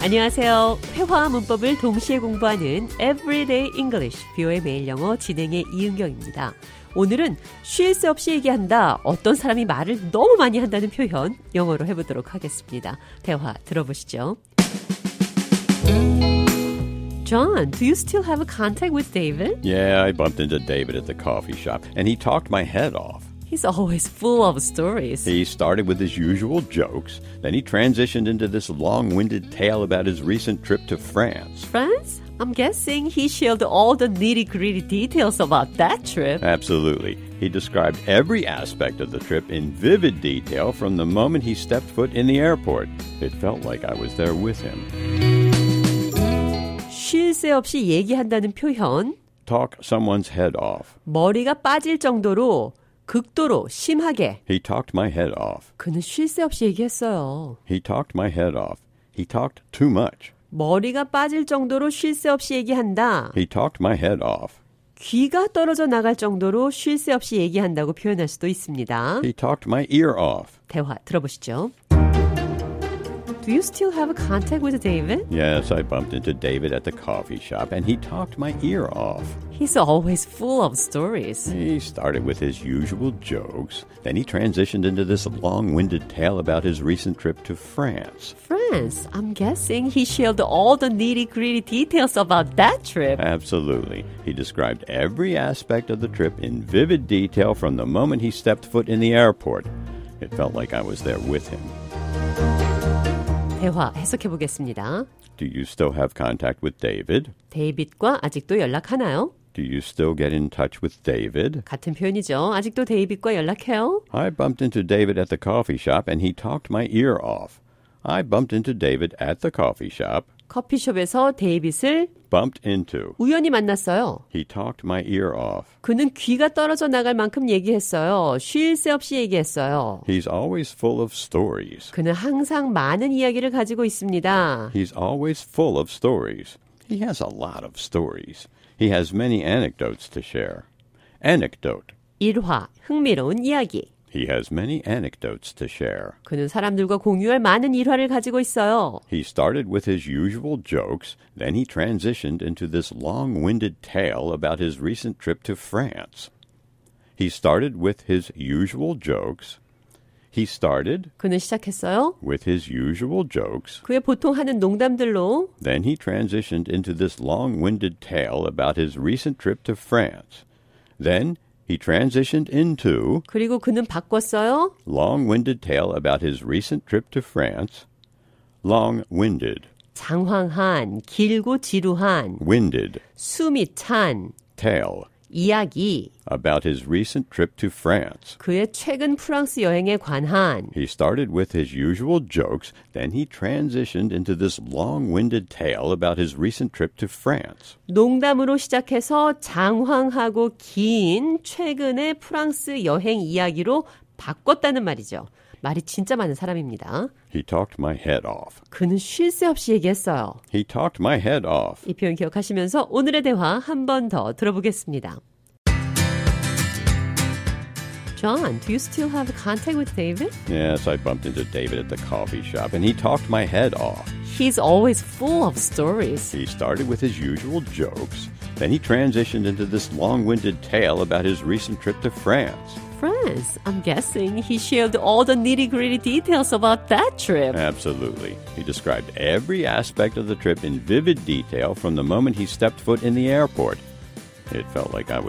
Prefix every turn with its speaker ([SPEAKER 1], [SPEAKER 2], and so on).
[SPEAKER 1] 안녕하세요. 회화와 문법을 동시에 공부하는 Everyday English, 뷰의 매일 영어 진행의 이은경입니다. 오늘은 쉴 새 없이 얘기한다, 어떤 사람이 말을 너무 많이 한다는 표현 영어로 해보도록 하겠습니다. 대화 들어보시죠. John, do you still have contact with David?
[SPEAKER 2] Yeah, I bumped into David at the coffee shop, and he talked my head off.
[SPEAKER 1] He's always full of stories.
[SPEAKER 2] He started with his usual jokes, then he transitioned into this long winded tale about his recent trip to France.
[SPEAKER 1] France? I'm guessing he shared all the nitty gritty details about that trip.
[SPEAKER 2] Absolutely. He described every aspect of the trip in vivid detail from the moment he stepped foot in the airport. It felt like I was there with him.
[SPEAKER 1] 쉴 새 없이 얘기한다는 표현,
[SPEAKER 2] Talk someone's head off.
[SPEAKER 1] 머리가 빠질 정도로 극도로 심하게
[SPEAKER 2] He talked my head off.
[SPEAKER 1] 그는 쉴 새 없이 얘기했어요.
[SPEAKER 2] He talked my head off. He talked too much.
[SPEAKER 1] 머리가 빠질 정도로 쉴 새 없이 얘기한다.
[SPEAKER 2] He talked my head off.
[SPEAKER 1] 귀가 떨어져 나갈 정도로 쉴 새 없이 얘기한다고 표현할 수도 있습니다.
[SPEAKER 2] He talked my ear off.
[SPEAKER 1] 대화 들어보시죠. Do you still have contact with David?
[SPEAKER 2] Yes, I bumped into David at the coffee shop and he talked my ear off.
[SPEAKER 1] He's always full of stories.
[SPEAKER 2] He started with his usual jokes, then he transitioned into this long winded tale about his recent trip to France.
[SPEAKER 1] France, I'm guessing he shared all the nitty gritty details about that trip.
[SPEAKER 2] Absolutely. He described every aspect of the trip in vivid detail from the moment he stepped foot in the airport. It felt like I was there with him.
[SPEAKER 1] 대화 해석해 보겠습니다.
[SPEAKER 2] Do you still have contact with David?
[SPEAKER 1] 데이빗과 아직도 연락하나요?
[SPEAKER 2] Do you still get in touch with David?
[SPEAKER 1] 같은 표현이죠. 아직도 데이빗과 연락해요?
[SPEAKER 2] I bumped into David at the coffee shop and he talked my ear off. I bumped into David at the coffee shop.
[SPEAKER 1] 커피숍에서 데이빗을
[SPEAKER 2] Bumped into.
[SPEAKER 1] 우연히 만났어요.
[SPEAKER 2] He talked my ear off.
[SPEAKER 1] 그는 귀가 떨어져 나갈 만큼 얘기했어요. 쉴 새 없이 얘기했어요.
[SPEAKER 2] He's always full of stories.
[SPEAKER 1] 그는 항상 많은 이야기를 가지고 있습니다.
[SPEAKER 2] He's always full of stories. He has a lot of stories. He has many anecdotes to share. Anecdote.
[SPEAKER 1] 일화, 흥미로운 이야기.
[SPEAKER 2] He has many anecdotes to share.
[SPEAKER 1] 그는 사람들과 공유할 많은 일화를 가지고 있어요.
[SPEAKER 2] He started with his usual jokes, then he transitioned into this long winded tale about his recent trip to France. He started with his usual jokes. He started
[SPEAKER 1] 그는 시작했어요.
[SPEAKER 2] with his usual jokes.
[SPEAKER 1] 그의 보통 하는 농담들로
[SPEAKER 2] Then he transitioned into this long winded tale about his recent trip to France. Then he transitioned into
[SPEAKER 1] 그리고 그는 바꿨어요.
[SPEAKER 2] long winded tale about his recent trip to France. Long winded,
[SPEAKER 1] 장황한, 길고 지루한,
[SPEAKER 2] winded
[SPEAKER 1] 숨이 찬
[SPEAKER 2] tale
[SPEAKER 1] 이야기.
[SPEAKER 2] about his recent trip to France.
[SPEAKER 1] 그의 최근 프랑스 여행에 관한
[SPEAKER 2] He started with his usual jokes, then he transitioned into this long winded tale about his recent trip to France.
[SPEAKER 1] 농담으로 시작해서 장황하고 긴 최근의 프랑스 여행 이야기로 바꿨다는 말이죠. 말이 진짜 많은 사람입니다.
[SPEAKER 2] He talked my head off.
[SPEAKER 1] 그는 쉴 새 없이 얘기했어요.
[SPEAKER 2] He talked my head off.
[SPEAKER 1] 이 표현 기억하시면서 오늘의 대화 한 번 더 들어보겠습니다. John, do you still have contact with David?
[SPEAKER 2] Yes, I bumped into David at the coffee shop and he talked my head off.
[SPEAKER 1] He's always full of stories.
[SPEAKER 2] He started with his usual jokes, then he transitioned into this long winded tale about his recent trip to France.
[SPEAKER 1] France, I'm guessing he shared all the nitty gritty details about that trip.
[SPEAKER 2] Absolutely. He described every aspect of the trip in vivid detail from the moment he stepped foot in the airport. It felt like I was.